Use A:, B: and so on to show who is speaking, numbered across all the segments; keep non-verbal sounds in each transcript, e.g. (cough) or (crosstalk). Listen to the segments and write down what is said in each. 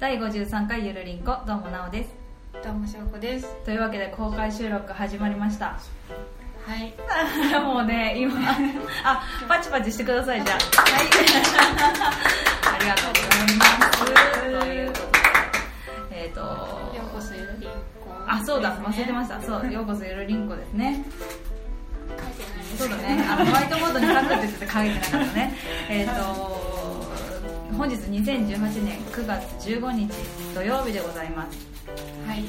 A: 第53回ゆるりんこどうもなおです
B: どうもしょうこです
A: というわけで公開収録始まりました (laughs)
B: はい
A: もうね今あパチパチしてくださいじゃ
B: はい
A: (laughs) あありがとうございますということでえっ、と
B: ようこそゆるりんこ
A: あそうだ忘れてましたそうようこそゆるりんこですね
B: た書いてないです
A: そうだね、あのホワイトボードに書くって言ってて書いてなかった (laughs) ね。えっ、と、本日2018年9月15日土曜日でございます。
B: はい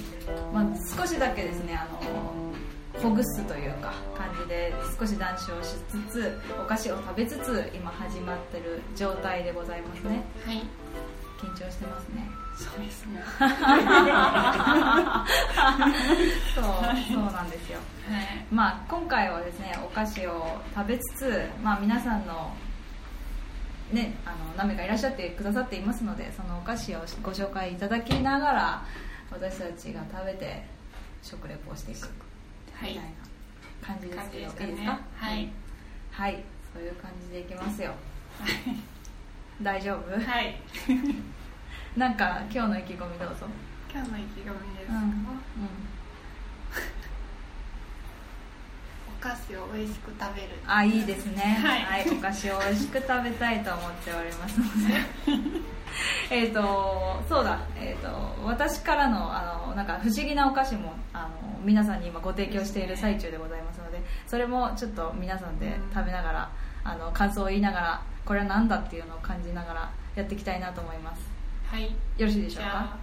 A: まあ、少しだけですね、あの、ほぐすというか感じで少し談笑しつつお菓子を食べつつ今始まってる状態でございますね
B: はい
A: 緊張してますね
B: そうですね
A: そうそうなんですよ
B: はい
A: まあ、今回はですねお菓子を食べつつ、まあ、皆さんの,、ね、あの何名かいらっしゃってくださっていますのでそのお菓子をご紹介いただきながら私たちが食べて食レポをしていく
B: は
A: み
B: い
A: たいな感じですけど、
B: 感じですかね
A: いいですか
B: はい、
A: はい、そういう感じでいきますよ大丈夫、
B: はい
A: なんか今日の意気込みどうぞ、
B: 今日の意気込みですか、お菓子を美味しく食べる
A: あいいですねは、
B: はいい
A: お菓子を美味しく食べたいと思っております (laughs) のでえっとそうだえっ、と私からのあのなんか不思議なお菓子もあの皆さんに今ご提供している最中でございますのでそれもちょっと皆さんで食べながらあの感想を言いながらこれは何だっていうのを感じながらやっていきたいなと思います
B: はい
A: よろしいでし
B: じ
A: ょう
B: ゃあ
A: か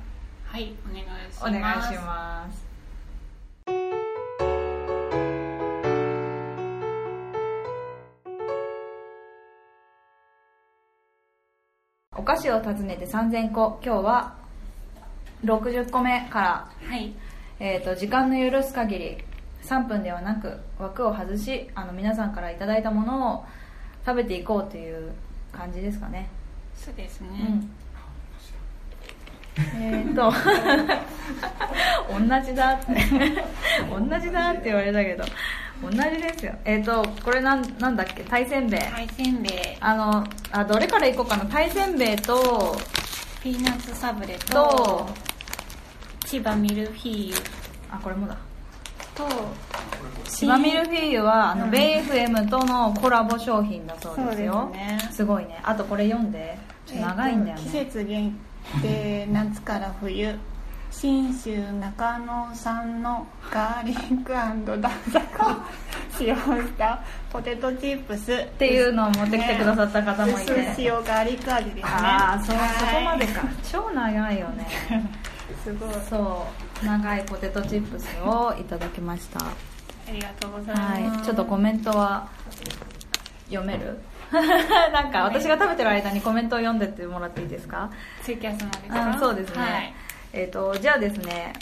B: はいお願いします
A: お願いしますお菓子を訪ねて3000個今日は60個目から、
B: はい
A: えー、と時間の許す限り3分ではなく枠を外しあの皆さんからいただいたものを食べていこうという感じですかね、
B: そうですね、
A: うん、えーっと (laughs) 同じだって同じだって言われたけど同じですよえーっとこれなんなんだっけ鯛せんべい、
B: 海鮮べい
A: あのあどれからいこうかな鯛せんべいと
B: ピーナッツサブレと
A: と
B: 千葉ミルフィーユ
A: あこれもだ
B: と
A: 千葉ミルフィーユはあの、
B: うん
A: ベイ FM とのコラボ商品だそうですよ
B: そうですね
A: ごいねあとこれ読んでちょっと長いんだよね、
B: えーと季節限定夏から冬信州中野産のガーリックダンサクを使用したポテトチップスっ
A: っていうのを持ってきてくださった方もいて、
B: 塩ガーリック味ですね
A: ああそ
B: はい
A: そこまでか超長いよね
B: すごい
A: そう長いポテトチップスをいただきました
B: ありがとうございます、
A: はいちょっとコメントは読める (laughs) なんか私が食べてる間にコメントを読んでってもらっていいですか
B: ツイキャスまでか
A: あ
B: ら
A: そうですね、
B: はい
A: えっ、とじゃあですね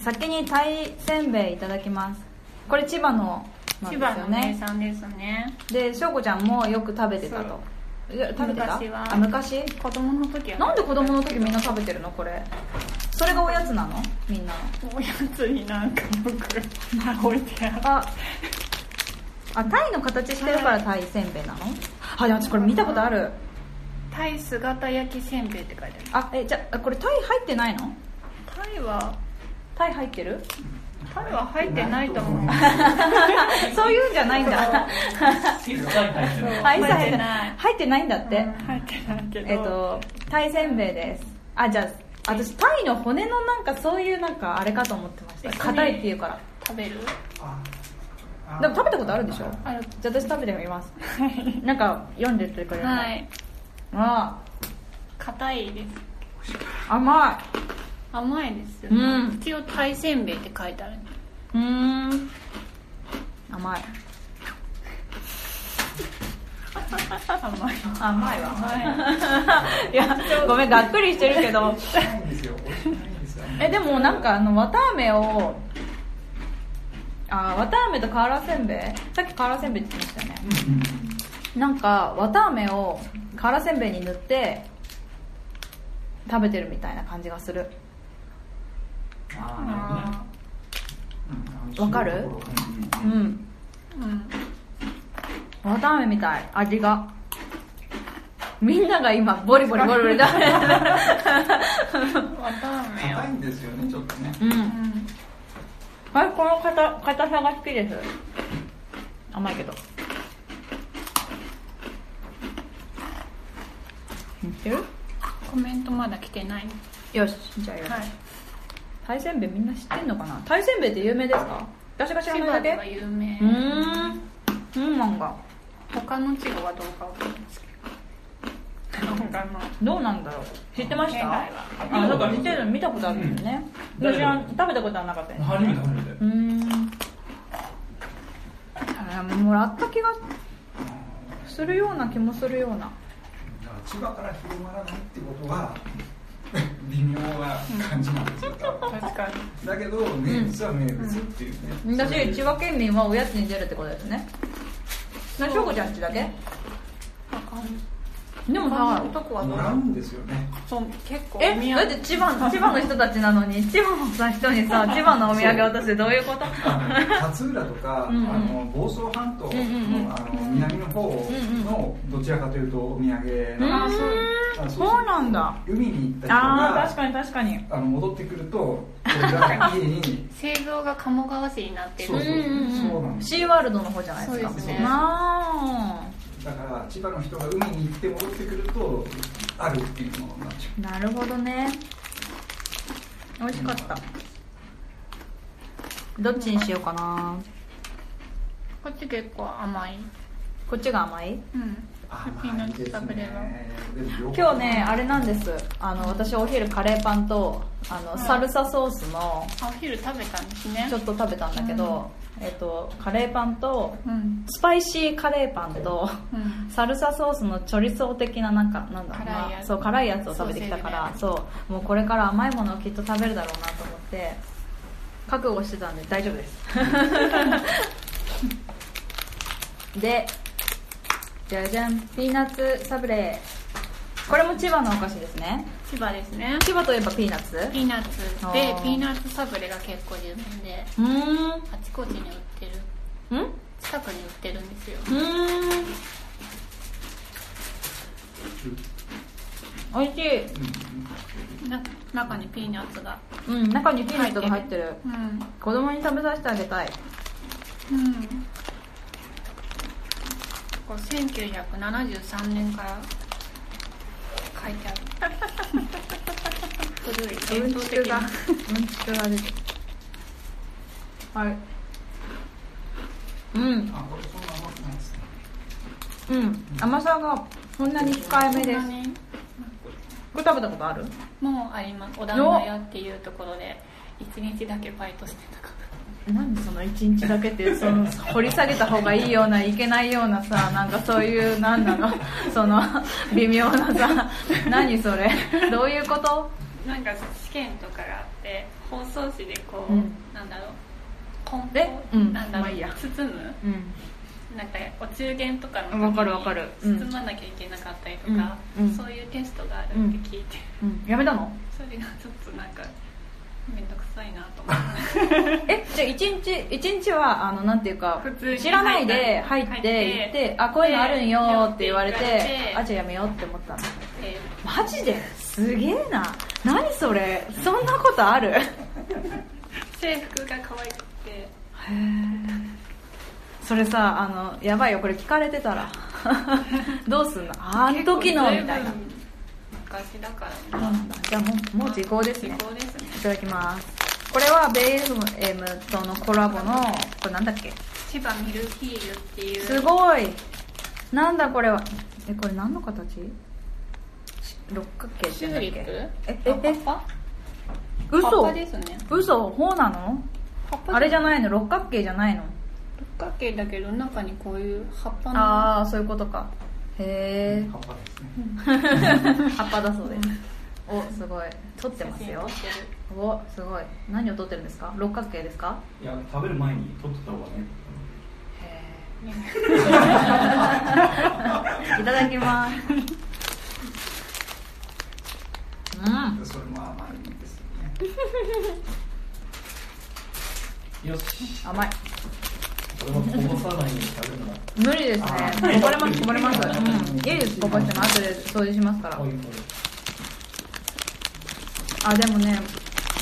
A: 先にタイせんべいいただきますこれ千葉のなん
B: 千
A: です
B: 葉
A: よ
B: の名
A: ね
B: 産ですね
A: で翔子ちゃんもよく食べてたといや食べてた
B: 昔は
A: あ昔
B: 子供の時は
A: なんで子供の時みんな食べてるのこれそれがおやつなのみんなの
B: おやつになんか僕置いてある
A: ああタイの形してるからタイせんべいなのあでも私これ見たことある
B: タイ姿焼きせんべいって書いて
A: あえじゃあこれタイ入ってないの
B: あるタイは
A: タイ入ってる
B: タイは入ってないと思う
A: (laughs) そういうんじゃないんだ
C: 一切入
A: (laughs)
C: ってない。
A: タイさ
B: 入ってない
A: 入ってないんだって、
B: 入ってないけど
A: えっ、とタイせんべいですあじゃあ私タイの骨のなんかそういうなんかあれかと思ってました硬いっていうから
B: 食べる
A: でも食べたことあるでしょ
B: ある
A: じゃあ私食べてみますなんか読んでってくれるの
B: はい
A: あ
B: 硬いです
A: あ甘い
B: 甘いですよね、
A: うん
B: 一応タイせんべいって書いてあるね
A: うーん甘い
B: 甘い
A: 甘いわ
B: はい
A: やごめんがっくりしてるけど (laughs)
C: ないんですよ。美味しくないんですよ。
A: えでもなんかあの綿あめをあー綿あめと瓦せんべいさっき瓦せんべいって言ってましたよねなんか綿あめを瓦せんべいに塗って食べてるみたいな感じがする
C: あ
A: ーわかるうん
B: いうん
A: 綿あめみたい味がみんなが今ボリボリボリボリだ
B: わたあめ
C: 硬いんですよねちょっとね
A: うん
B: うん
A: 最高の硬硬さが好きです甘いけど似てる
B: コメントまだ来てない
A: よしじゃあよし、
B: はい
A: 大せんべいみんな知ってんのかな大せんべいって有名ですか私が知ら
B: 千
A: ないだ
B: 葉
A: け
B: では有名
A: うーんうんなんか
B: 他の地方はどうかわかんないですけど他の
A: どうなんだろう知ってまし
B: 県
A: た
B: 外は
A: あなんか似てるの見たことあるんだよね、
C: うん
A: 私は食べたことはなかったよね
C: 初めて初めて
A: うーんあれもらった気がするような気もするような
C: だから千葉から広まらないってことは微妙な感じなんですよ多分
B: 確かに
C: だけど名物は名物っていうね
A: 私千葉県民はおやつに出るってことですねなしょうこちゃんちだけ
B: 他の
A: でも
B: 他
A: さ
B: のとこはど
C: も
B: う
C: ら
B: か
C: うんですよね
B: そう結構
A: え
B: お土産
A: だって千葉 (laughs) 千葉の人たちなのに千葉のさ人に (laughs) さ千葉のお土産渡すってどういうこと
C: あの勝浦とか
A: うんうん
C: あの房総半島の,、
A: うんうんうん
C: あの南の方のどちらかというとお土産
A: うー
C: な
A: ん
C: んですよあ
A: そ
C: そう
A: うなんだ
C: 海に行ったりと
A: あ
C: か
A: あー確かに確かに
C: あの戻ってくるとこれが家に
B: 製造が鴨川市になってる
C: そうそうそうなんです
A: シーワールドの方じゃないですか
B: そう
C: ですね
A: あ
C: だから千葉の人が海に行って戻ってくるとあるっていうものになっちゃ
A: ーなるほどね美味しかったどっちにしようかな
B: こっち結構甘い
A: こっちが甘いう
C: う
B: ピーナッツ食べれば
A: 今日ねあれなんですあの私お昼カレーパンとあの、
B: うん
A: サルサソースの
B: んお昼食べたんですね
A: ちょっと食べたんだけど、えっとカレーパンと
B: うん
A: スパイシーカレーパンと
B: うん
A: サルサソースのチョリソー的ななんかなんだろう
B: 辛い
A: な
B: やつ
A: そう辛いやつを食べてきたからそうもうこれから甘いものをきっと食べるだろうなと思って覚悟してたんで大丈夫です
B: (laughs)
A: でじゃじゃんピーナッツサブレーこれも千葉のお菓子ですね
B: 千葉ですね
A: 千葉といえばピーナッツ
B: ピーナッツ
A: あ
B: で
A: ー
B: ピーナッツサブレが結構有名で
A: うーんん
B: あちこちに売ってる近くに売ってるんですよ
A: うーんおいしい
B: な中にピーナッツが
A: うん中にピーナッツが入ってる
B: うん
A: 子供に食べさせてあげたい
B: うんこう1973年から書いてある (laughs) 古い伝統的な
A: うんちくが出てるはいうん
C: あこれそんな甘くないですね
A: うん甘さがそんなに控えめです
B: そんなに
A: これ食べたことある
B: もうありますお団子屋っていうところで一日だけバイトしてたか
A: なんでその一日だけってそ (laughs) の掘り下げた方がいいようないけないようなさなんかそういうなんだ (laughs) ろうその微妙なさ何そ (laughs) れどういうこと
B: らなんか試験とかがあって包装紙でこう、
A: うん
B: なんだろう梱包
A: えうん
B: なんだろ
A: まあ
B: う、
A: いいや
B: 包む
A: うん
B: なんかお中元とかの時に
A: わかるわかるうん
B: 包まなきゃいけなかったりとか、
A: うんうん
B: そういうテストがあるって聞いて、
A: うんやめたの
B: それがちょっとなんか面倒くさいなと思って (laughs)
A: えじゃあ一日一日はあのなんていうか
B: 普通に
A: 知らないで入
B: 入
A: っ
B: ってて
A: 行ってあこういうのあるんよって言われてあじゃあやめようって思ったの
B: え
A: マジですげえな何それそんなことあるへ
B: ー制服が可愛くて
A: それさあのやばいよこれ聞かれてた
B: (laughs)
A: らどうすんのあの時のみたいな
B: 結構随分昔だから
A: そうなんだじゃあもうもう時効ですね
B: 時効ですね
A: いただきますこれはベイ FM とのコラボのこれなんだっけ
B: 千葉ミルフィーユっていう
A: すごいなんだこれはえこれ何の形し六角形って
B: チュ
A: 言うんだっ
B: ーリ
A: け
B: ップ
A: えええ
B: 葉っぱ葉っ
A: 嘘
B: ぱですね
A: 嘘ほうなの
B: 葉っぱ
A: あれじゃ
B: ん
A: ないの六角形じゃないの
B: 六角形だけど中にこういう葉っぱの
A: ああそういうことかへえ
B: (laughs)
C: 葉っぱですね
A: 葉っぱだそうですおすごい撮ってますよ
B: 写真撮ってる
A: おすごい何を撮ってるんですか六角形ですか
D: いや食べる前に取ってた方がね
A: へ
B: (laughs)
A: えいただきますうん
C: それも甘いんですよ (laughs) ね
D: よし
A: 甘い
C: ど
D: それはこぼさないように食べるのが
A: 無理ですね
C: あ
A: こぼれますこぼれます、うん、
C: ん
A: 家ですこぼしても後で掃除しますから
D: こういうこ
A: あでもね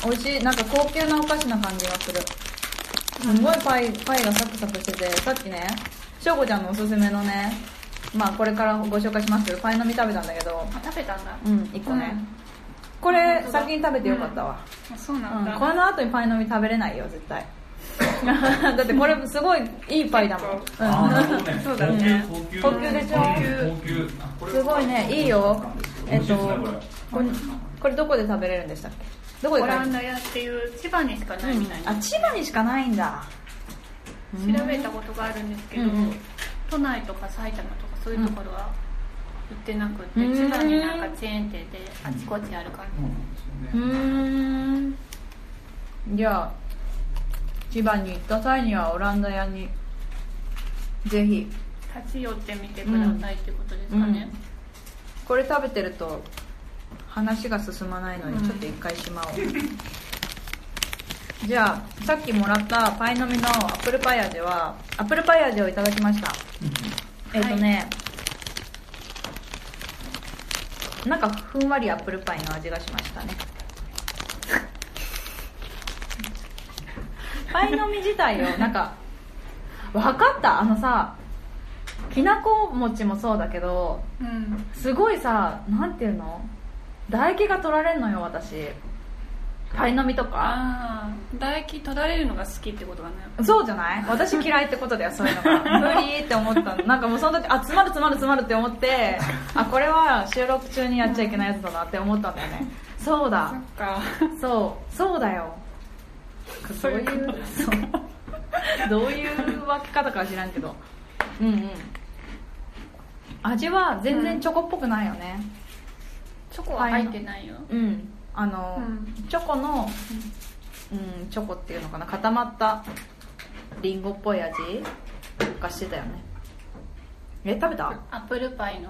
A: 美味しいなんか高級なお菓子な感じがするすごいパイパイがサクサクしててさっきね翔子ちゃんのおすすめのねまあこれからご紹介しますけどパイの実食べたんだけど
B: 食べたんだ
A: うん1個ね、
B: うん
A: これ
B: 本当だ
A: 先に食べてよかったわ、
B: あそう
A: う
B: なんんだ、
A: この後にパイの実食べれないよ絶
B: (laughs)
A: 対だってこれすごいいいパイだもん、
B: 結
D: ああなるほど
A: う
D: ね
B: そうだね
D: 高級
A: 高級でしょ
D: 高級あこ
A: ん、
D: れ
A: すごいねいいよえ
D: 美
A: っ
D: 味しい
A: と
D: ですねこ
A: これ
D: れ
A: これどこで食べれるんでしたっけどこで
B: オ
A: 買え
B: ラ
A: る
B: ンダ屋っていう千葉にしかないみたいな、
A: あ千葉にしかないんだ
B: 調べたことがあるんですけど、
A: うんうん
B: 都内とか埼玉とかそういうところは売ってなくて、
A: うん
B: 千葉になんかチェーン店であちこちある感
C: そうなん
A: う
C: ですよね
A: んじゃあ千葉に行った際にはオランダ屋にぜひ
B: じ立ち寄ってみてくださいってことですかね、
A: これ食べてると話が進まないの
B: う
A: で
B: ん
A: ちょっと一回しまおう、じゃあさっきもらったパイの実のアップルパイ味はアップルパイ味をいただきましたえっ、とね、なんかふんわりアップルパイの味がしましたねパイの実自体をなんか分かったあのさきなこ餅もそうだけど
B: うん
A: すごいさなんていうの唾液が取られんのよ私パイの実とか
B: ああ唾液取られるのが好きってことだね
A: そうじゃない私嫌いってことだよそういうのが無理って思ったのなんかもうその時あ詰まる詰まる詰まるって思ってあこれは収録中にやっちゃいけないやつだなって思ったんだよねそうだ
B: っか
A: そうそうだよ
B: そういうこと
A: そうどういう分け方かは知らんけどうんうん味は全然チョコっぽくないよね、
B: チョコは入ってないよ
A: うん、あの、
B: うん
A: チョコの、うん、チョコっていうのかな固まったリンゴっぽい味がしてたよねえ食べた
B: アップルパイの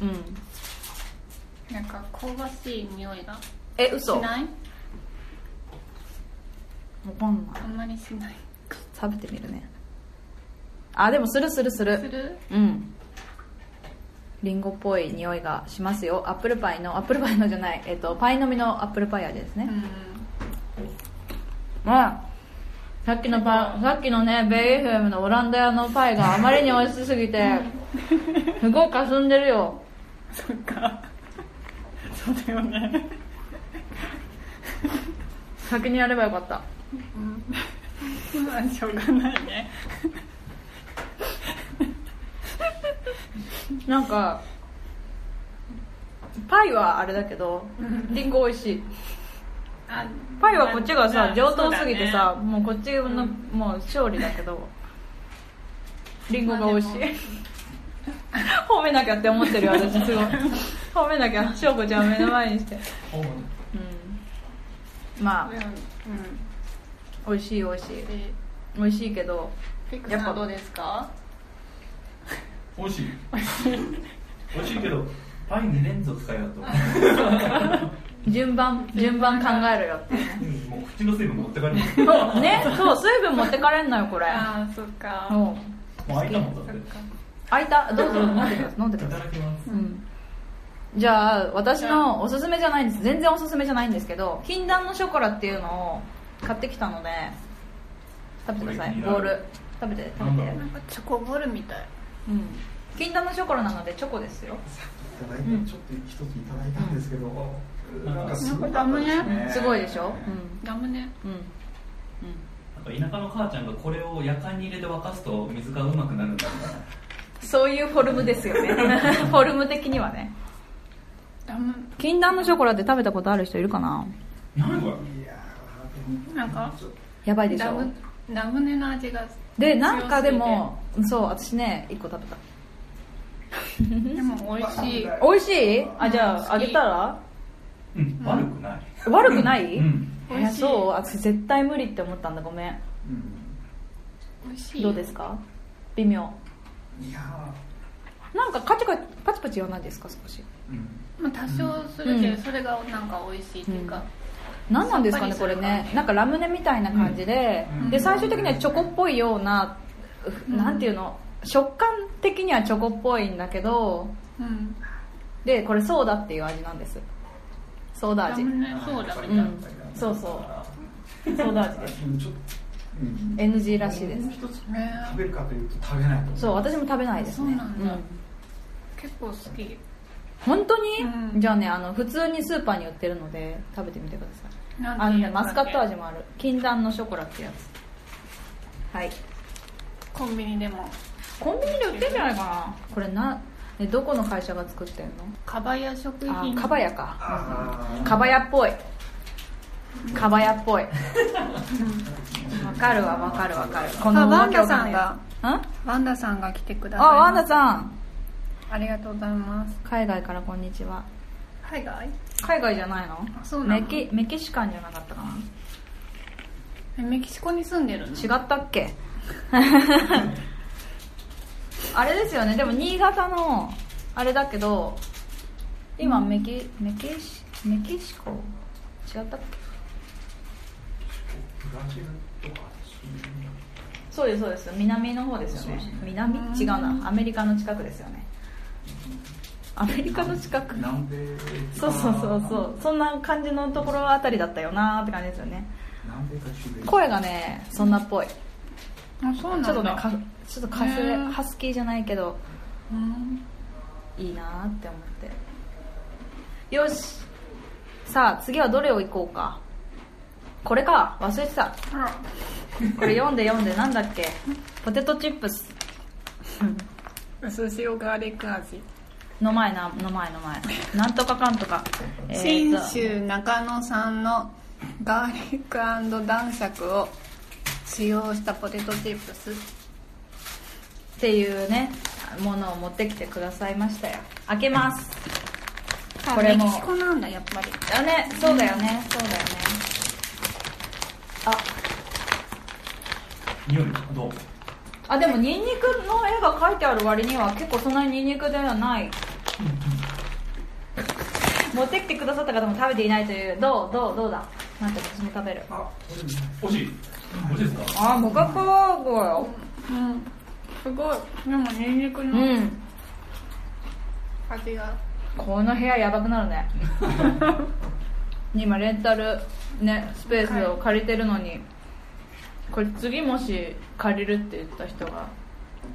A: うん
B: なんか香ばしい匂いが
A: え嘘
B: し
A: わ
B: ない
A: かんない
B: あんまりしない
A: 食べてみるねあでもするするす
B: す
A: る
B: る
A: うんリンゴっぽい匂いがしますよアップルパイのアップルパイのじゃない、えっと、パイの実のアップルパイ味です
B: う
A: ね、
B: ん
A: まあさっきのパンさっきのねベイエフエムのオランダ屋のパイがあまりに美味しすぎてすごい霞んでるよ
B: そっかそうだよね
A: 先にやればよかった
B: うん、しょうがない
A: (laughs)
B: ね。
A: なんかパイはあれだけどリンゴ美味しい
B: あ
A: パイはこっちが
B: まあ
A: さ上等すぎてさ、、もうこっちの、
B: うん
A: もう勝利だけどリンゴが美味しい
B: まあ
A: (laughs) 褒めなきゃって思って
B: (laughs)
A: るよ私すごい褒めなきゃ翔子ちゃんを目の前にして
D: ほう
A: うんま
B: そうだね
A: あ美味しい美味しい
B: うん。で、
A: 美味しいけど
B: ピクさんどうですか？
D: 美味しい美味しいけどパイ2連続使いだと
A: 順番順番考えろよ
B: (laughs)
A: って
D: うんもう口の水分持ってかれる
A: そうねそう水分持ってかれんのよこれ
B: ああ、そっか。
A: もう
D: もう開いたもんだ
B: そっ
D: っ
B: てか。
A: 開いたどうぞ飲んでください飲んで
D: い
A: く
D: た
A: ださい
D: だきます
A: うんじゃあ私のおすすめじゃないんです全然おすすめじゃないんですけど禁断のショコラっていうのを買ってきたので食べてください
D: これ気にな
A: ボ
D: る
A: ール食べて食べて
D: なんだ
B: なんかチョコボールみたい。
A: うん禁断のショコラなのでチョコですよ
C: さっきいただいた、ちょっと一ついただいたんですけど、なんかすごい
A: すごいでしょ
B: ダムね。
A: うんうん
D: なんか田舎の母ちゃんがこれをやかんに入れて沸かすと水がうまくなるんだみたいな
A: そういうフォルムですよ (laughs) ねフォルム的にはね
B: ダム。
A: 禁断のショコラって食べたことある人いるかな
D: 何これ
C: いやー
B: なんか
C: ちょっと
A: やばいでし
B: ダ
A: ょ
B: ムダムネの味が。
A: でなんかでもそう私ね1個食べた
B: でも美味しい。
A: 美味しいあじゃ
B: 好
A: あ
B: き
A: あげたら
D: うん悪くない
A: 悪くない、
D: うん
A: いや
B: 美味しい
A: そう私絶対無理って思ったんだごめん
C: うん
B: 美味しい。
A: どうですか微妙
C: いや
A: なんかカチカチパチパチ言わないですか少し
C: ーうん
B: まあ多少するけ
A: う
B: ど、それがなんか美味しいっていうか。
A: 何なんですかね
B: さ
A: こ
B: っ
A: れ
B: ぱりする感じ
A: ねなんかラムネみたいな感じで、
C: うん
A: で最終的にはチョコっぽいような
B: うん
A: なんていうの食感的にはチョコっぽいんだけど
B: うん
A: でこれソーダっていう味なんですソーダ味
B: ラムネソーダみたい
A: ん
B: な
A: そうそうソーダ味です
B: (laughs)
C: うちょっと、うん
A: NG らしいです
C: もう一つ
B: ね
C: 食べるかというと食べないと思う
A: そう私も食べないですね
B: そうなんだ
A: うん
B: 結構好き
A: 本当に、
B: うん
A: じゃあねあの普通にスーパーに売ってるので食べてみてくださいあ
B: な
A: の
B: んて
A: ね
B: いう
A: マスカット
B: だっ
A: 味もある禁断のショコラってやつはい
B: けコンビニでも
A: コンビニで売ってんじゃないかなこれな、ね、どこの会社が作ってんの
B: かばや食
A: あ
B: 品
A: かばやか
C: あ
A: かばやっぽいかばやっぽいわかるわわかるわかるこ
B: あワン
A: 訳わか
B: ダさん
A: い
B: が
A: ん
B: ワンダさんが来てください
A: あワンダ
B: ん
A: さん
B: ありがとうございます
A: 海外からこんにちは
B: 海外
A: 海外じゃないの
B: そうな
A: メ
B: の
A: キメキシカンじゃなかったかな
B: えメキシコに住んでるの
A: 違ったっけ (laughs) あれですよねでも新潟のあれだけど今メキメキシメキシコ違ったっけ
C: ブラジルとかそういうの
A: そうですそうです南の方ですよね
C: そうですね
A: 南
B: うん
A: 違うなアメリカの近くですよねアメリカの近く
C: 南米
A: そうそうそうそうそんな感じのところあたりだったよなーって感じですよね
C: 南米か中米
A: 声がねそんなっぽい
B: あそうなん
A: ち
B: だ
A: ょっとねかちょっとかすれ
B: へー
A: ハスキーじゃないけど
B: うん
A: いいなーって思ってよしさあ次はどれをいこうかこれか忘れてた
B: あら
A: これ読んで読んでなんだっけポテトチップス
B: 薄塩ガーリック味、
A: の前なの前の前なんとかかんとかえーと
B: 信州中野産のガーリック男爵を使用したポテトチップス
A: っていうねものを持ってきてくださいましたよ開けますこ
B: こ
A: れ
B: れ
A: も
B: もメキシコなんだやっぱり
A: だねそうだよねそうだよねあ
D: 匂いどう
A: あでもニンニクの絵が描いてある割には結構そんなにニンニクではない持ってきてくださった方も食べていないというどうどうどうだなんか私も食べる
C: あこれね
D: 美味しい美味しいですか
A: あモカコーゴよ
B: うんすごいでもニンニク
A: う
B: の
A: ん
B: 味が、
A: この部屋やばくなるね今レンタルねスペースを借りてるのにこれ次もし借りるって言った人が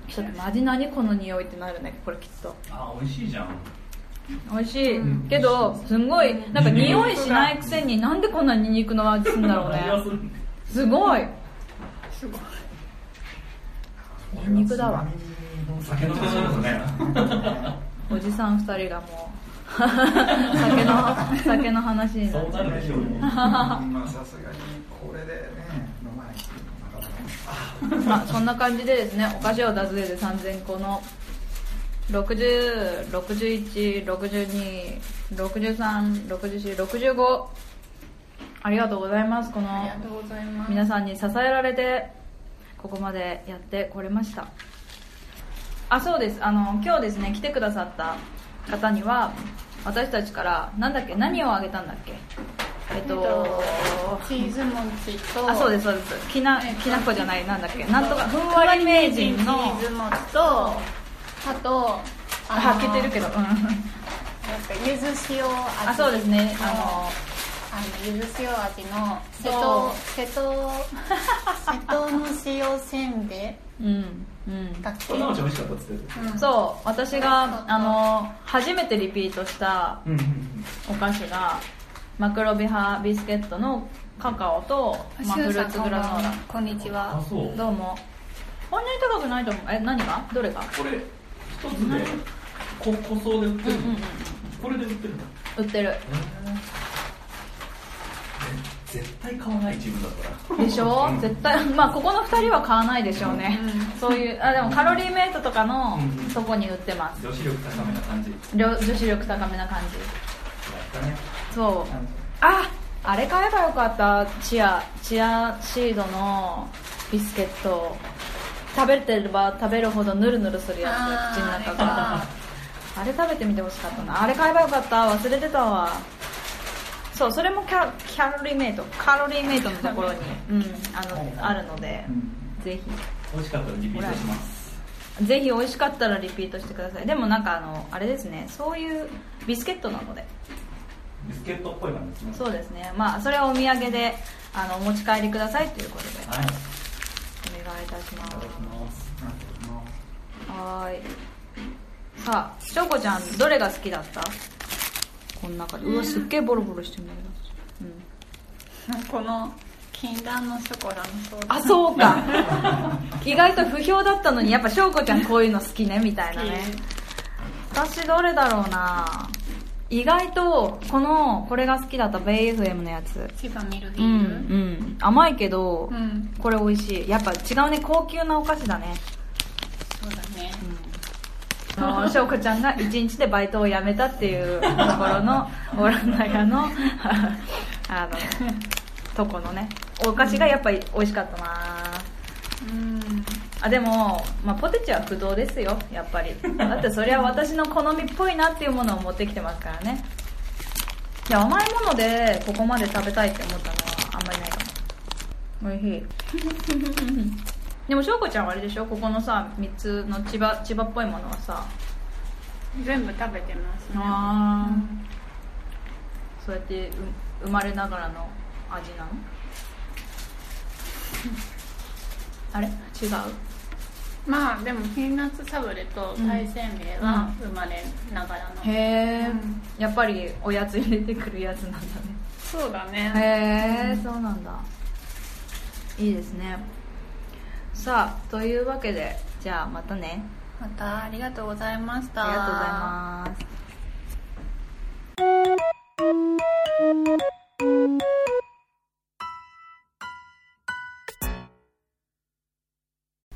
A: ちょっとマジ何この匂いってなるねこれきっと
D: あ美味しいじゃん
A: 美味しい、
C: うん
A: けどすんごいなんか匂いしないくせになんでこんなにんにくの味するんだろう
D: 味がす
A: ね
D: る
A: すごい
B: すごい
A: ニンニクだわ
D: 酒の話ですね
A: おじさん2人がもう酒の酒の話にな
D: そ
A: っ
D: う
A: ち
D: な
A: ゃう
D: るでしょう
C: まあさすがにこれでね飲まないっていうのはなかったね
A: まあそんな感じでですねお菓子を出す上で3000個の606162636465ありがとうございますこ
B: あ
A: の
B: りがとうございます
A: 皆さんに支えられてここまでやってこれましたあそうですあの今日ですね来てくださった方には私たちからなんだっけ何をあげたんだっけえっ
B: えっ
A: と、
B: とチーズ餅と
A: あそうですそうですきな
B: えっと
A: きなこじゃないなんだっけなんとかふ
B: ふ
A: ん
B: ん
A: わ
B: わ
A: り
B: り
A: 名
B: 名
A: 人
B: 人
A: の
B: のチーズ餅とあと
A: あ開けてるけどうん
B: なんか柚子塩味
A: あそうですね
B: あの
A: あ
B: あの柚子塩味の瀬
A: どう
B: 戸瀬戸瀬戸の塩せんべ
A: のうんうん
B: いだっけ、
D: そんなの美味しかったっつって
B: うん
A: そう私があの初めてリピートした
D: うんうん
A: お菓子がマクロビハビスケットのカカオと、まあ、フルーツグラノー
B: こんにち
D: あ
B: は
D: そう
A: ラどうもこんなに高くないと思うえ何がどれが
D: これ一つでこ個装で売って
A: うん
D: る
A: うんうん
D: これで売ってるの
A: 売ってる
D: 絶対買わない自分だったら
A: でしょ
D: うん
A: 絶対まあここの2人は買わないでしょうね、そういうあでもカロリーメイトとかの
D: うん
A: とこに売ってます
D: 女子力高めな感じや
A: りょ女子力高めな感じ
D: ったね
A: そう
C: なんか
A: ああれ買えばよかったチアチアシードのビスケット食べてれば食べるほどヌルヌルするやつ口の中が
B: あ
A: あれ食べてみてほしかったなあれ買えばよかった忘れてたわそうそれもキャキャロリーメイトカロリーメイトのところに、うん、あのあるので、
C: うん
A: ぜひ
D: 美味しかったらリピートします
A: ぜひ美味しかったらリピートしてくださいでもなんかあのあれですねそういうビスケットなので
D: ビスケットっぽい感じですね
A: そうですねまあそれはお土産であのお持ち帰りくださいということで
D: はいい
A: お願いいたしたます
D: だきます
A: はーいさあしょうこちゃんどれが好きだったこの中でうわすっげえボロボロしてんだけどうん
B: この禁断のショコラもそうだ
A: あそうか意外と不評だったのにやっぱ翔子ちゃんこういうの好きねみたいなね私どれだろうな意外とこのこれが好きだったベイ FM のやつ
B: 千葉ミルデ
A: う
B: ィ
A: んう
B: ール
A: ん甘いけど、
B: うん
A: これ美味しいやっぱ違うね高級なお菓子だね
B: そうだね
A: あの翔子ちゃんが1日でバイトを辞めたっていうところのオランダ屋のあのとこのねお菓子がやっぱり美味しかったな
B: うん
A: あでも、まあ、ポテチは不動ですよやっぱりだってそれは私の好みっぽいなっていうものを持ってきてますからねいや甘いものでここまで食べたいって思ったのはあんまりないかもおいしいでも翔子ちゃんはあれでしょここのさ3つの千葉千葉っぽいものはさ
B: 全部食べてますね
A: あそうやってう生まれながらの味なのあれ違う
B: まあでもピーナッツサブレと大煎餅は生まれながらの、
A: へえ、
B: うん
A: やっぱりおやつ入れてくるやつなんだ
B: そうだね
A: ねへえそうなんだいいですねさあというわけでじゃあまたね
B: またありがとうございました
A: ありがとうございます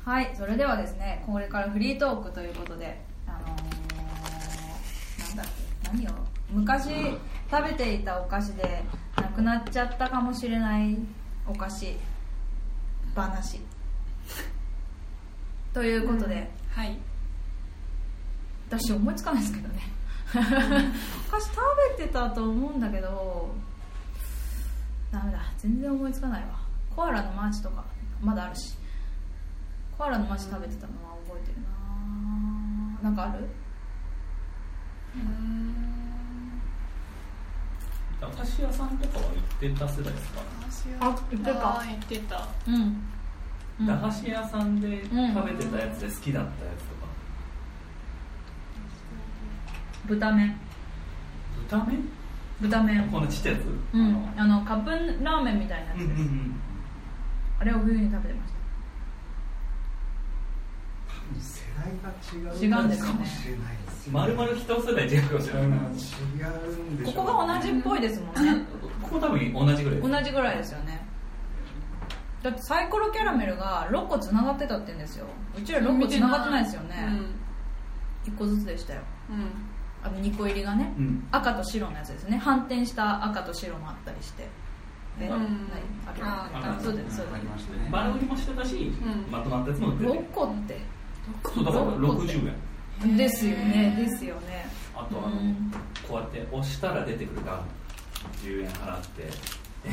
A: はい、それではですね、これからフリートークということで、あのーなんだっけ、何を、昔食べていたお菓子で、なくなっちゃったかもしれないお菓子、話。ということで、
B: はい
A: 私思いつかないですけどね昔食べてたと思うんだけどダメだ全然思いつかないわコアラのマーチとかまだあるしコアラのマーチ食べてたのは覚えてるななんかある
D: 駄菓子屋さんとかは行ってた世代ですか、
A: あ言ってた
B: あ言ってた
A: うん、うん、
D: 駄菓子屋さんで食べてたやつで好きだったやつとか、
A: 豚麺
D: 豚麺
A: 豚麺
D: このちっちゃいやつ、
A: う
D: あ
A: ん
D: の
A: あのカップラーメンみたいなやつ
D: う
A: で
D: んうん
A: す、
D: うん
A: あれを冬に食べてました
C: 世代が違う
A: 違うんですね
C: かもしれないですね
D: 丸々一世代違うかもしれ
C: う
D: ない、
C: ん違うんでしょう
A: ここが同じっぽいですもんね
D: ここ多分同じぐらいです
A: 同じぐらいですよねだってサイコロキャラメルが6個つながってたって言うんですようちら6個つながってないですよね、1個ずつでしたよ
B: うん、うん
A: あの2個入りがね、
D: うん
A: 赤と白のやつですね反転した赤と白もあったりしてえ、
D: うん
A: ないある
B: あ
D: あ
A: あ
D: る
A: そうですそう
C: わかりましたね
D: 丸売りもしてたし、
B: ん
D: まとまったやつも売って
A: です
D: る
A: 6個って
D: そうだから60円
A: ですよねですよね
D: あとあの、
A: うん
D: こうやって押したら出てくるから10円払って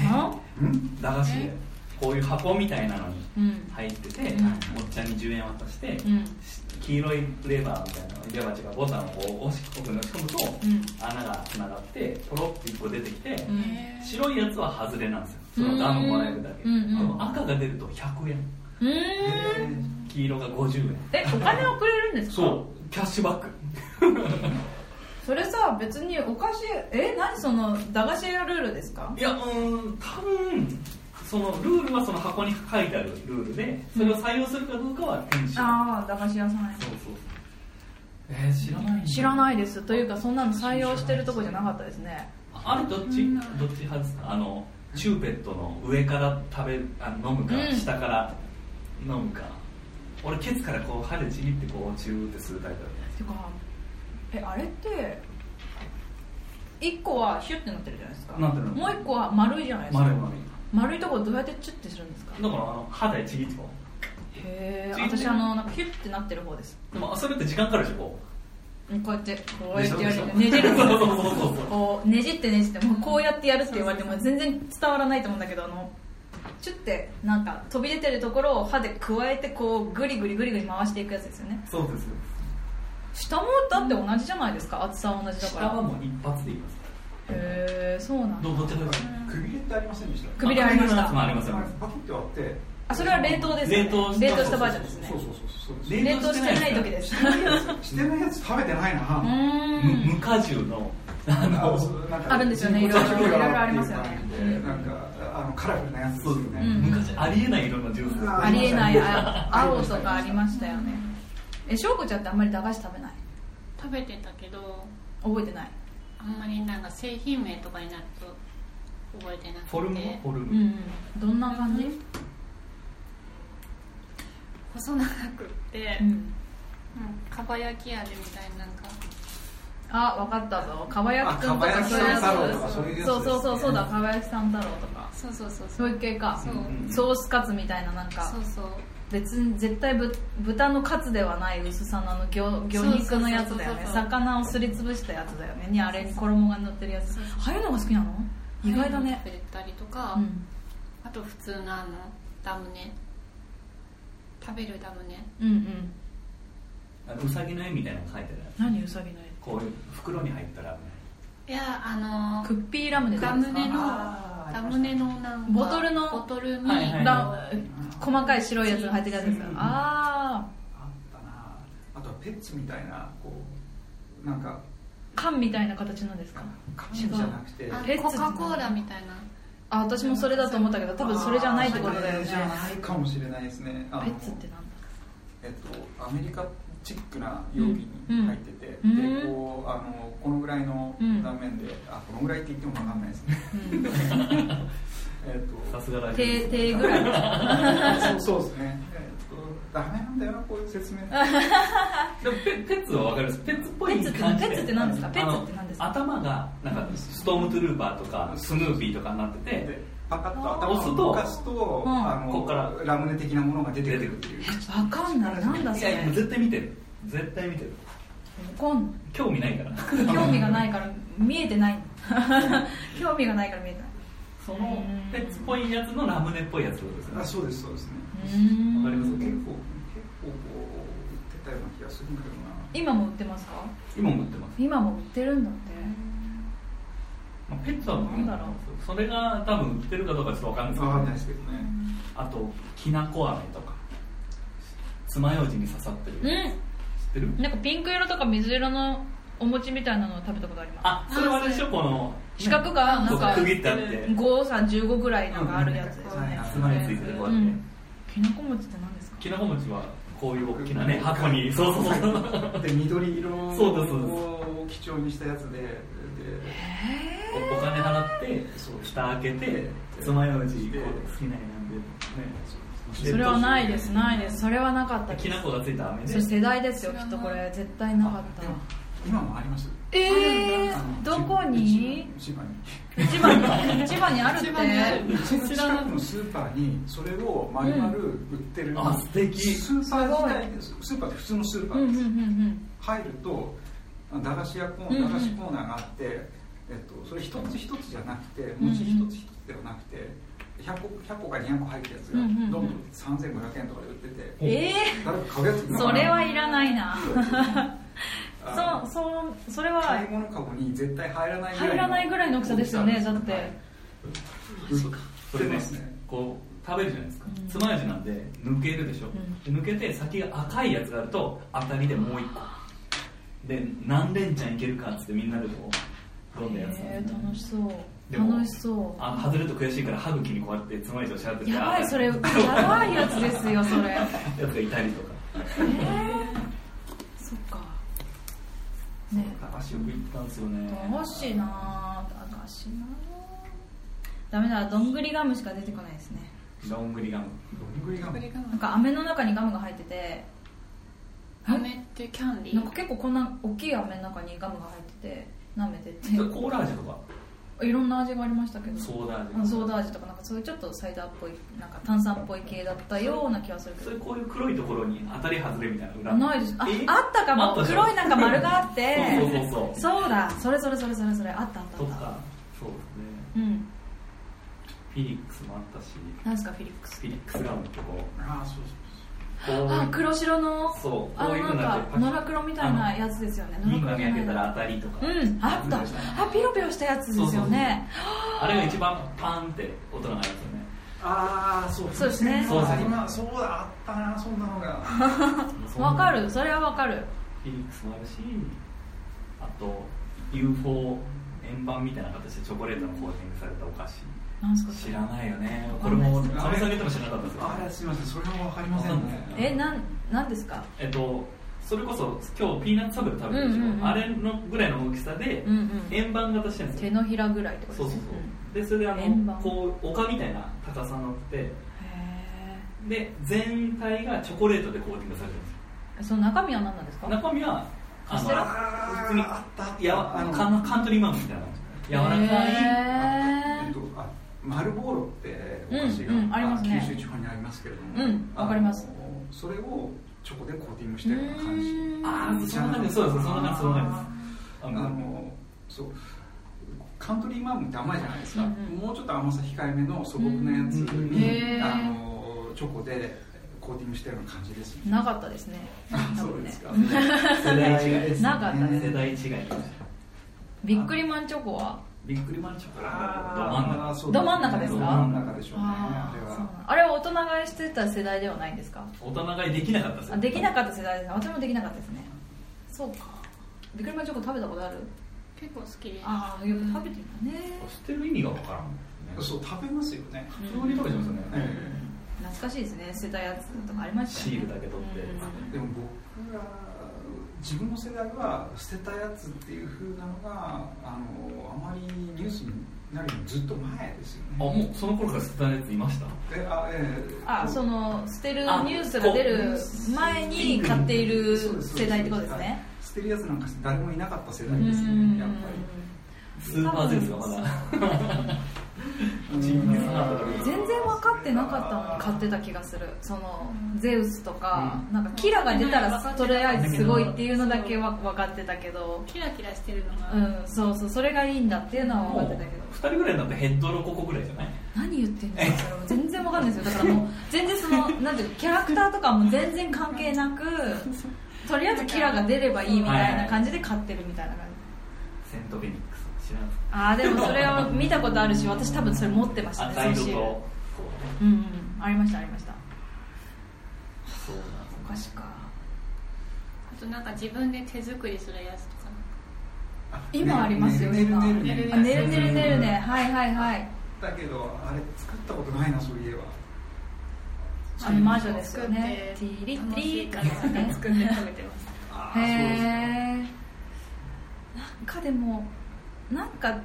A: あ
C: うん
D: 駄菓子でこういう箱みたいなのに
A: うん
D: 入ってて、
A: うん
D: おっちゃんに10円渡して、
A: うん
D: 黄色いレバーみたいなのレバー違うボタンをこう押し込むと、
A: うん
D: 穴がつながってポロッと1個出てきて、
A: うん
D: 白いやつは外れなんですよその段をもらえるだけで、
A: うんうん
D: でも赤が出ると100円
A: うーん
D: 黄色が50円
A: えお金をくれるんですか
D: そうキャッシュバック
A: それさ別にお菓子え何その駄菓子屋ルールですか
D: いやうーん多分そのルールはその箱に書いてあるルールでそれを採用するかどうかは天使
A: ああ駄菓子屋さんや
D: そうそうそうえー、知らない
A: 知らないですというかそんなの採用してるとこじゃなかったですね
D: あれどっちどっち派ですかあのチューペットの上から食べあ飲むか、
A: うん
D: 下から飲むか俺ケツからこう歯でちぎってこうチューってするタイプだった
A: てかえあれって1個はシュッてなってるじゃないですか
D: なってる
A: もう1個は丸いじゃないですか
D: 丸い丸い
A: 丸いとこどうやってチュッてするんですか
D: だからあの歯でちぎってこ
A: へえ
D: ついてる
A: 私あのなんかヒュッてなってる方です
D: うでもそれって時間かかるでしょこ
A: こうやってこ
D: う
A: うやってや
D: でしょ
A: るねじる
D: (laughs) そうそうそうそう
A: こうねじってねじってもうこうやってやるって言われても全然伝わらないと思うんだけどあのチュッてなんか飛び出てるところを歯で加えてこうグリグリグリグリ回していくやつですよね
D: そうですよ
A: 下もだって同じじゃないですか厚さは同じだか
D: 下は
A: ら
D: もう一発でいきます
A: へえそうなんだ
D: どどっちらか
C: くびれってありませんでした
A: くびれありました
D: あありますあります
C: パキッて割って
A: あそれは冷凍ですよね
D: 冷凍した
A: 冷凍したバージョンですね
C: そうそうそうそう
D: 冷
A: 冷
D: 凍
A: 凍し
D: し
A: てて
D: な
A: ないい
D: 時
A: 時
D: で
A: ですす
C: してないやつ食べてないな
A: う
D: む無
A: ん
D: 果汁の
C: あ
D: あの
A: あるんですよね
C: 人工
A: いろいろ
C: 調味料が
A: いろいろありますよね
C: っていう感じでなんかあのカラフルなやつです
D: そ
C: よ
D: うですね、
C: ね、
A: ん
D: 昔ありえない色のジュース
A: ありえないあ青とかありましたよねえ翔子ちゃんってあんまり駄菓子食べない
B: 食べてたけど
A: 覚えてない
B: あんまりなんか製品名とかになると覚えてなくて
D: フォルムフォルム、
A: うんどんな感じ
B: 細長くって、
A: う
B: うん
A: ん
B: かば焼き味みたいななんか
A: あわかったぞかば焼きくんと
C: あかば
A: か
C: 焼き
A: そういうやつ
C: さん太郎とかそういうやつです
A: そうそうそうそうだかば焼きさん太郎とか
B: そうそうそう
A: そういう系か
B: そう
D: うん
A: ソースカツみたいななんか
B: そうそう
A: 別に絶対ぶ豚のカツではない薄さのあの魚魚肉のやつだよね
B: そうそうそうそう
A: 魚をすりつぶしたやつだよねにあれに衣が乗ってるやつ
B: そうそう
A: ああいうのが好きなの意外だね
B: 食べたりとか、
A: うん
B: あと普通のあのラムネ食べるラムネ
A: うんうん
D: あのうさぎの絵みたいなの書いてある
A: 何うさぎの絵
D: こういう袋に入ったら
B: いやあの
A: クッピーラムネ
B: ラムネの
C: あー
B: ラムネのなんか
A: ボトルの
B: ボトルに、
D: はいはい
A: ラ細かい白いやつが入ってるやつですか
C: うん
A: あ
C: あったなあとはペッツみたいなこうなんか
A: あ缶みたいな形なんですか
C: 紙じゃなくて
B: あ
A: ペッツ
B: コカ・コーラみたいな
A: あ私もそれだと思ったけど多分それじゃないってことだよ
C: あー
A: ね
C: それじゃないかもしれないですねあの
A: ペッツってなんだ
C: えっと、アメリカチックな容器に入ってて、
A: うんうん
C: でこうあのこのぐらいの
A: うん
C: 断面で、あこのぐらいって言っても分かんないですね (laughs) えっと
D: さすが大
A: 手手ぐらい
C: そうそうですね、えっと、ダメなんだよなこういう説明
D: でもペペッツはわかるんですペッツっぽい
A: ペッツって
D: 感じで
A: ペッツって何ですか
D: あ
A: ペ
D: の
A: ッツって何ですか
D: 頭がなんかストームトゥルーパーとかスヌーピーとかになってて
C: でパカッと頭
D: 押す
C: を
D: と
C: 動かすと、
A: うん
C: あの
D: こっから
C: ラムネ的なものが出てくるっていう
A: わかんないなんだ
D: い
A: それ
D: やいや絶対見てる絶対見てる
A: わかんない
D: 興味ないから
A: 興味がないから見えてない (laughs) 興味がないから見えてない
D: そのペッツっぽいやつのラムネっぽいやつですね
C: あそうですそうですね
D: わかります
C: 結構結構こう売ってたような気がするんだけどな
A: 今も売ってますか
D: 今も売ってます、
A: 今も売ってるんだって
D: まあ、ペッツは僕も
A: なんだろう
D: それが多分売ってるかどうかちょっとわかんないですけ
C: 分
D: ど
C: かんないですけどね
D: あときなこ飴とか爪楊枝に刺さってる、知ってる
A: うんなんかピンク色とか水色のお餅みたいなのを食べたことあります
D: あそれはあれでしょこの
A: 四角がなんか
D: そう区切ってあって
A: 5315ぐらいなんかあるやつです
C: うん
A: ね
C: うん
D: つまりついててこうやって、
A: うんきなこ餅って何ですか
D: きなこ餅はこういう大きなね箱にそうそうそう
C: で緑色を
D: そうですそうです
C: を基調にしたやつでで
D: おお金払って蓋開けて爪楊枝こう好きな絵なんでねで
A: それはないですないですそれはなかったです
D: きなこがついた飴で
A: それ世代ですよきっとこれ絶対なかっ
C: でも
A: た
C: 今もあります
A: え
C: あの
A: ー、どこに
C: 千葉に
A: 市場に市場にあるって
B: 市場にある
C: うちの近くのスーパーにそれを丸々売ってる、
D: あ素敵
C: スーパー自体でスーパーって普通のスーパ
A: うんう
C: ー
A: んう
C: で
A: ん
C: す、
A: うん
C: 入ると駄菓子屋コー
A: うんう
C: ナー
A: ん
C: 駄菓子コーナーがあって、えっと、それ一つ一つじゃなく
A: ん
C: て
A: うん
C: 餅一つ一つではなくて100個 ,100 個か200個入ったやつが
A: うん
C: ど
A: うんうん
C: んどん3500円とかで売ってて、
A: え
C: 誰か買うやつい
A: ー、
C: な
A: そ
C: かな
A: れはいらないな
C: あ
A: そ
C: の
A: うそうそれは
C: 買い物かごに絶対入らないぐらいの
A: 入らないぐらいの大きさですよねだって
D: そ
C: 売っ
D: れ
C: て
D: ね
C: ますね
D: こう食べるじゃないですか
A: うん
D: 爪楊枝なんで抜けるでしょ、
A: ん
D: で抜けて先が赤いやつがあると当たりでもう一個で何連チャンいけるかっつってみんなでこう飲んだやつなんで
A: えー、楽しそう
D: でも
A: 楽しそ
D: あの外れると悔しいから歯茎にこうやって爪楊枝をしゃって
A: うやばいそれやばいやつですよそれ
D: やつがいたりとか
A: そっかね
D: 駄菓子よく行ったんですよね
A: 駄菓子なぁ駄菓子なぁダメだどんぐりガムしか出てこないですね
D: どんぐりガム
C: どんぐりが
B: これが
A: なんか飴の中にガムが入ってて
B: 飴ってキャンディ
A: なんか
B: ー
A: 結構こんな大きい飴の中にガムが入ってて舐めて
D: それ
A: て
D: コーラ味とか
A: いろんな味がありましたけど
D: ソーダ
A: うん
D: 味
A: ソーダ味とかなんかそういうちょっとサイダーっぽいなんか炭酸っぽい系だったような気がするけ
D: そ
A: ど
D: れこういう黒いところに当たり外れみたいな裏
A: ないですあ
D: え
A: あったかも
D: あったじゃん
A: 黒いなんか丸があって
D: そうそうそうそう
A: そうだそれそれそれそれそれあったあったあ
D: と
A: った
D: かそうですね
A: うん
D: フィリックスもあったし
A: なんですかフィリックス
D: フィリックスガムってこう
C: ああそうそう
D: こう
A: あ黒白の
D: そう
A: あ
D: こ
A: の
D: ういう
A: な
D: ふ
A: ん
D: うな
A: か野良黒みたいなやつですよね
D: リング
A: 野良黒
D: 投げ
A: じゃ
D: 上
A: ない
D: げたら当たりとか、
A: うんあったあピロピロしたやつですよね
D: あれが一番パンって音が鳴るんですよね
C: ああそう
A: そうですね
D: そうそう
C: 今そうだあったなそんなのが
A: わかるそれはわかる
D: フィリックスもあるしあと UFO 円盤みたいな形でチョコレートのコーティングされたお菓子
A: なんですか
D: 知らないよねこれもカムサゲットも知らなかったですよ
C: あれすみませんそれもわかりませんね
A: えなんなんですか
D: えっとそれこそ今日ピーナッツサブレ食べたでしょ、
A: うんうんうん
D: あれのぐらいの大きさで
A: うんうん
D: 円盤型してるんです
A: 手
D: よ、
A: のひらぐらいってこと
D: そう
A: で
D: そ
A: す
D: う
A: ね
D: そうでそれであ
A: 円盤
D: のこう丘みたいな高さになって
A: うんへ
D: てで全体がチョコレートでコーティングされてるんですよ
A: えその中身は何なんですか
D: 中身はあ
A: カステラ
D: 普通に
C: あった
D: やわあのカンカントリーマンみたいな感じ柔らかい、
A: へ
C: えっとあ丸ボーロってお菓子
A: うんうんあり
C: が
A: ますね
C: 九州地方にありますけれども
A: うんわかります
C: あのそれをチョコでコーティングしてるような感じ
A: え
D: ああそんな感じそうですそんな感じそんな感
C: あ
D: じですあの
C: のそうカントリーマームって甘いじゃないですか、
A: うんうん
C: もうちょっと甘さ控えめの素朴なやつ
D: うん
C: に、
A: へー
C: あのチョコでコーティングしてるような感じですよね
A: なかったですね
C: あ
A: 多
C: そう
A: 分ね
C: ですか
D: 世代違いです
A: なかったです
D: 世代違いです
A: ビックリマンチョコは
D: ビックリマンチョコど真ん
C: あー
D: 中
C: そう
A: ど真ん中ですか
C: ど真ん中でしょうね
A: あ
C: あれ
A: ーそう
C: は
A: なんあれは大人買いしてた世代ではないんですか
D: 大人買いできなかったです
A: あ
D: よ
A: できなかった世代ですね私もできなかったですねそうかビックリマンチョコ食べたことある
B: 結構好きです
A: ああよく食べてるんだね
D: 知ってる意味がわからんもんね
C: そう食べますよね、
D: 普通に食べてますよね、
C: え
A: 懐かしいですね捨てたやつとかありましたよね
D: シールだけ取って
C: えでも僕が自分の世代は捨てたやつっていう風なのがあのあまりニュースになるよりもずっと前ですよね
D: あもうその頃から捨てたやついました
C: えあええ
A: あその捨てるニュースが出る前に買っている世代ってことですね
C: 捨てるやつなんか誰もいなかった世
A: う
C: 代ですね
A: ん
C: やっぱ
D: スーパーゼですかまだ
C: り
D: ジンギスカンとか
A: 全然分かってなかったのに買ってた気がするそのゼウスとかなんかキラが出たらとりあえずすごいっていうのだけは分かってたけど
B: キラキラしてるのが、
A: うんそうそうそれがいいんだっていうのは
D: も
A: 分
D: う
A: かってたけど
D: 2人ぐらいになってヘッドロココぐらいじゃない
A: 何言ってんのそれも全然わかんないですよだからもう全然そ
B: (laughs)
A: のなんていうかキャラクターとかも全然関係なくとりあえずキラが出ればいいみたいな感じで買ってるみたいな感じ
D: セントフェニックス知らんす
A: ああでもそれは見たことあるし私多分それ持ってましたね
D: 赤色
A: その
D: と
A: シール
D: こ
A: うんうんありましたありました
D: うそうなんです
A: お菓子か
B: あとなんか自分で手作りするやつとか
A: 今ありますよ
C: ね
A: 今
C: ねるねる
A: あ
C: ね
A: ねるねるねるねはいはいはい
C: だけどあれ作ったことないなそういえば
A: あれ魔女ですよねテ
B: 作っ
A: ィ
B: て
A: リテ
B: 楽
A: ィ
B: し
A: リ
B: い
A: か
B: から
A: ね
B: 作って食べてます
C: あ
A: へ
C: ーそうです
A: えなんかでもなんか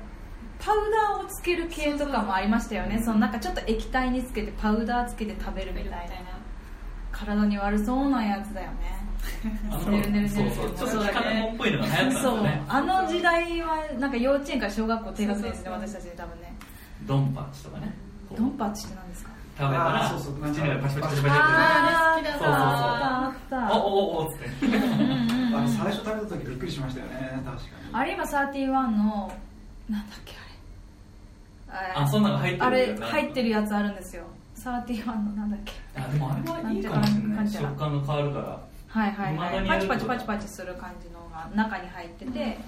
A: パウダーをつける系とかもありましたよねそのなんかちょっと液体につけてパウダーつけて食べるみ
B: み
A: た
B: た
A: い
B: い
A: な
B: な
A: 体に悪そうなやつだよね
D: あの
A: ねるねるねる
D: そうそうちょっと光りもんっぽいのが流行ったんです
A: そう
D: よね
A: あの時代はなんか幼稚園から小学校低学年ですね
B: そうそう
A: 私
B: そ
A: た
B: う
A: ちで多分ね
D: ドンパッチとかねこう
A: ドンパッチって何ですか
D: 食べたら
C: あーそうそう
D: 口の中でパシパシパシパシ
B: あーあれ好きだ
A: あー
B: わ
A: あったあ
D: お
A: った
D: おおおっつって
A: うんうん
C: あれ最初食べた時びっくりしましたよね確かに
A: あれ今31のなんだっけあれ
D: あそんなの入ってる
A: あれ
D: やつ
A: 入ってるやつあるんですよ31のなんだっけ
D: あでもあれはいいかもしれ
A: な
D: なんい
A: ちゃら
D: 食感が変わるから
A: はいはいはいパ
D: 未だ
A: チ
D: に
A: パ
D: やる
A: チ
D: と
A: パチパチする感じのが中に入ってて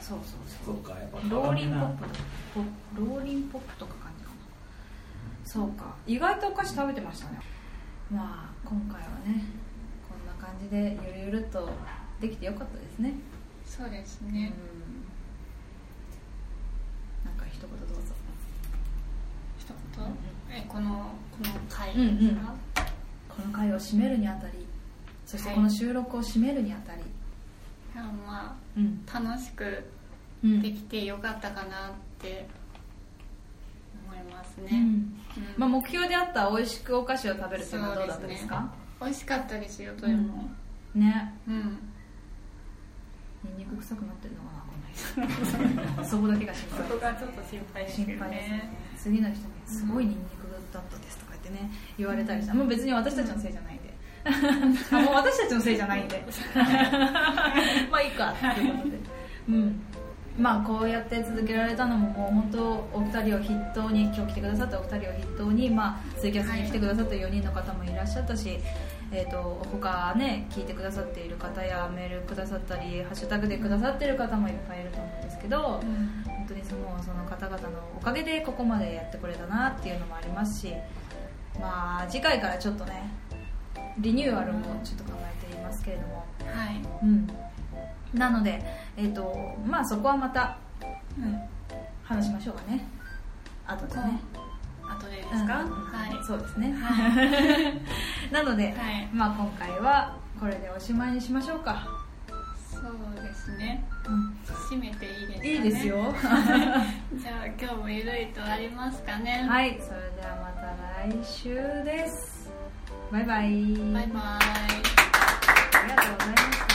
A: そうそうそ
D: そうかやっぱ
A: うローリンポップポローリンポップとか感じかなそうか意外とお菓子食べてましたねまあ今回はねこんな感じでゆるゆるっとできてよかったですね
B: そうです
A: うん
B: ね
A: なんか一言どうぞ
B: 一言えこのこの回
A: うんうん
B: ですか
A: この回を締めるにあたりそしてこの収録を締めるにあたり、
B: なんかま
A: うん
B: あ楽しく
A: うん
B: できてよかったかなって思いますね、
A: うん
B: うん
A: まあ、目標であった美味しくお菓子を食べるっていうのはどうだったですか
B: 美味しかったですよどれも
A: ね
B: うん
A: ニンニク臭くなってるのかなこの間 (laughs) そこだけが心
B: そこ
A: 配
B: がちょっと心配です
A: 心
B: けど
A: 配ですね
B: ね
A: 次の人に「すごいニンニクだったです」とか言ってね言われたりしたもう別に私たちのせいじゃないんであもう私たちのせいじゃないんでまあいいかっていうことでうんまあこうやって続けられたのももう本当お二人を筆頭に今日来てくださったお二人を筆頭に、まあ、ツイキャスに来てくださった4人の方もいらっしゃったし、えー、と他ね聞いてくださっている方やメールくださったりハッシュタグでくださってる方もいっぱいいると思うんですけど、本当にそのその方々のおかげでここまでやってこれたなっていうのもありますし、まあ、次回からちょっとねリニューアルもちょっと考えていますけれども。
B: はい
A: うん、なので、えーとまあ、そこはまた話しましょうかね後でね
B: 後でです
A: うん
B: か、
A: うん
B: はい
A: そうですね、
B: は
A: (laughs) なので、
B: はい
A: まあ、今回はこれでおしまいにしましょうか、
B: そうですね
A: うん
B: 締めていいですか、ね、
A: いいですよ
B: じゃあ今日もゆるいとありますかね
A: はいそれではまた来週ですバイバイ
B: バイバイ
A: ありがとうございました